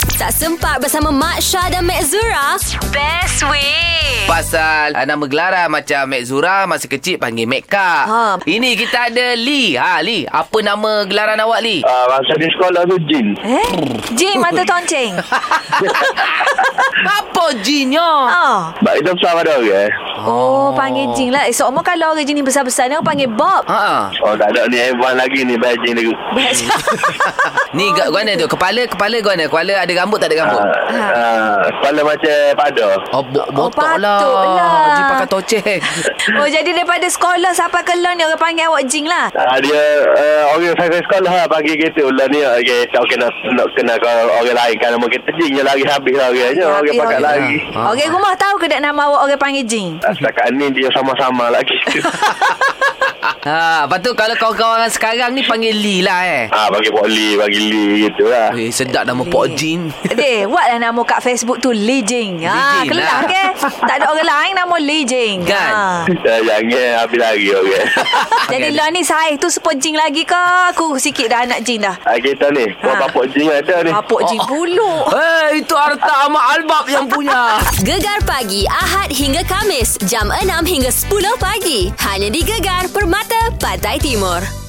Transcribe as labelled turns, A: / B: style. A: Tak sempat bersama Mak Syah dan Mak Zura? Best way.
B: Pasal uh, nama gelaran macam Mek Zura masa kecil panggil Mek Kak.
A: Ha.
B: Ini kita ada Lee. Ha Lee, apa nama gelaran awak Lee?
C: Ah, masa di sekolah tu jin.
D: Eh? Jin mata tonceng.
B: apa jinyo?
D: Oh.
C: Sebab kita besar pada orang. eh.
D: Oh, panggil Jin lah. Eh, Seumur kalau orang jenis besar-besar ni orang panggil Bob.
B: Ha.
C: Oh, tak ada ni Evan lagi ni bayar jin dulu.
B: Ah. Ni gak gua tu. Kepala kepala gua ni. Kepala ada rambut tak ada
C: Ah,
B: rambut?
C: ah, kepala macam pada.
B: Oh, bo-
D: Oh,
B: botok lah.
D: patutlah.
B: Haji pakai tocek.
D: Oh, jadi daripada sekolah sampai ke lon ni orang panggil awak Jin lah.
C: Ah, dia uh, orang saya sekolah lah bagi kita ulang ni okay, tak kena nak kena ke orang lain kan nama kita jin je lagi habis lah orang je orang pakai
B: orang-
C: lagi.
B: Ah.
D: Orang rumah tahu ke tak nama awak orang panggil Jin?
C: Ah, Setakat ni dia sama-sama lagi.
B: ha, lepas tu kalau kawan-kawan sekarang ni panggil Lee lah eh.
C: ah bagi poli, bagi li gitu lah.
B: Weh, sedap nama Pok Jin.
D: Deh, buat lah nama kat Facebook tu Lee Jing.
B: Lee
D: Ha,
B: Jing
D: kelang
B: lah.
D: ke? Tak ada orang lain nama Lee Jing.
B: Kan?
D: Ha.
C: Dah Ah, jangan habis lagi orang.
D: Jadi
B: Okey.
D: lah ni saya tu sepot Jing lagi ke? Aku sikit dah anak Jing dah.
C: Ah, kita ni, buat
D: Ah.
C: bapak jin
B: Eh.
C: ada ni.
D: Apok
B: Oh.
D: Jing puluk.
B: Hei, Eh, itu harta Ahmad Albab yang punya.
A: Gegar pagi Ahad hingga Kamis jam 6 hingga 10 pagi. Hanya di Gegar Permata Pantai Timur.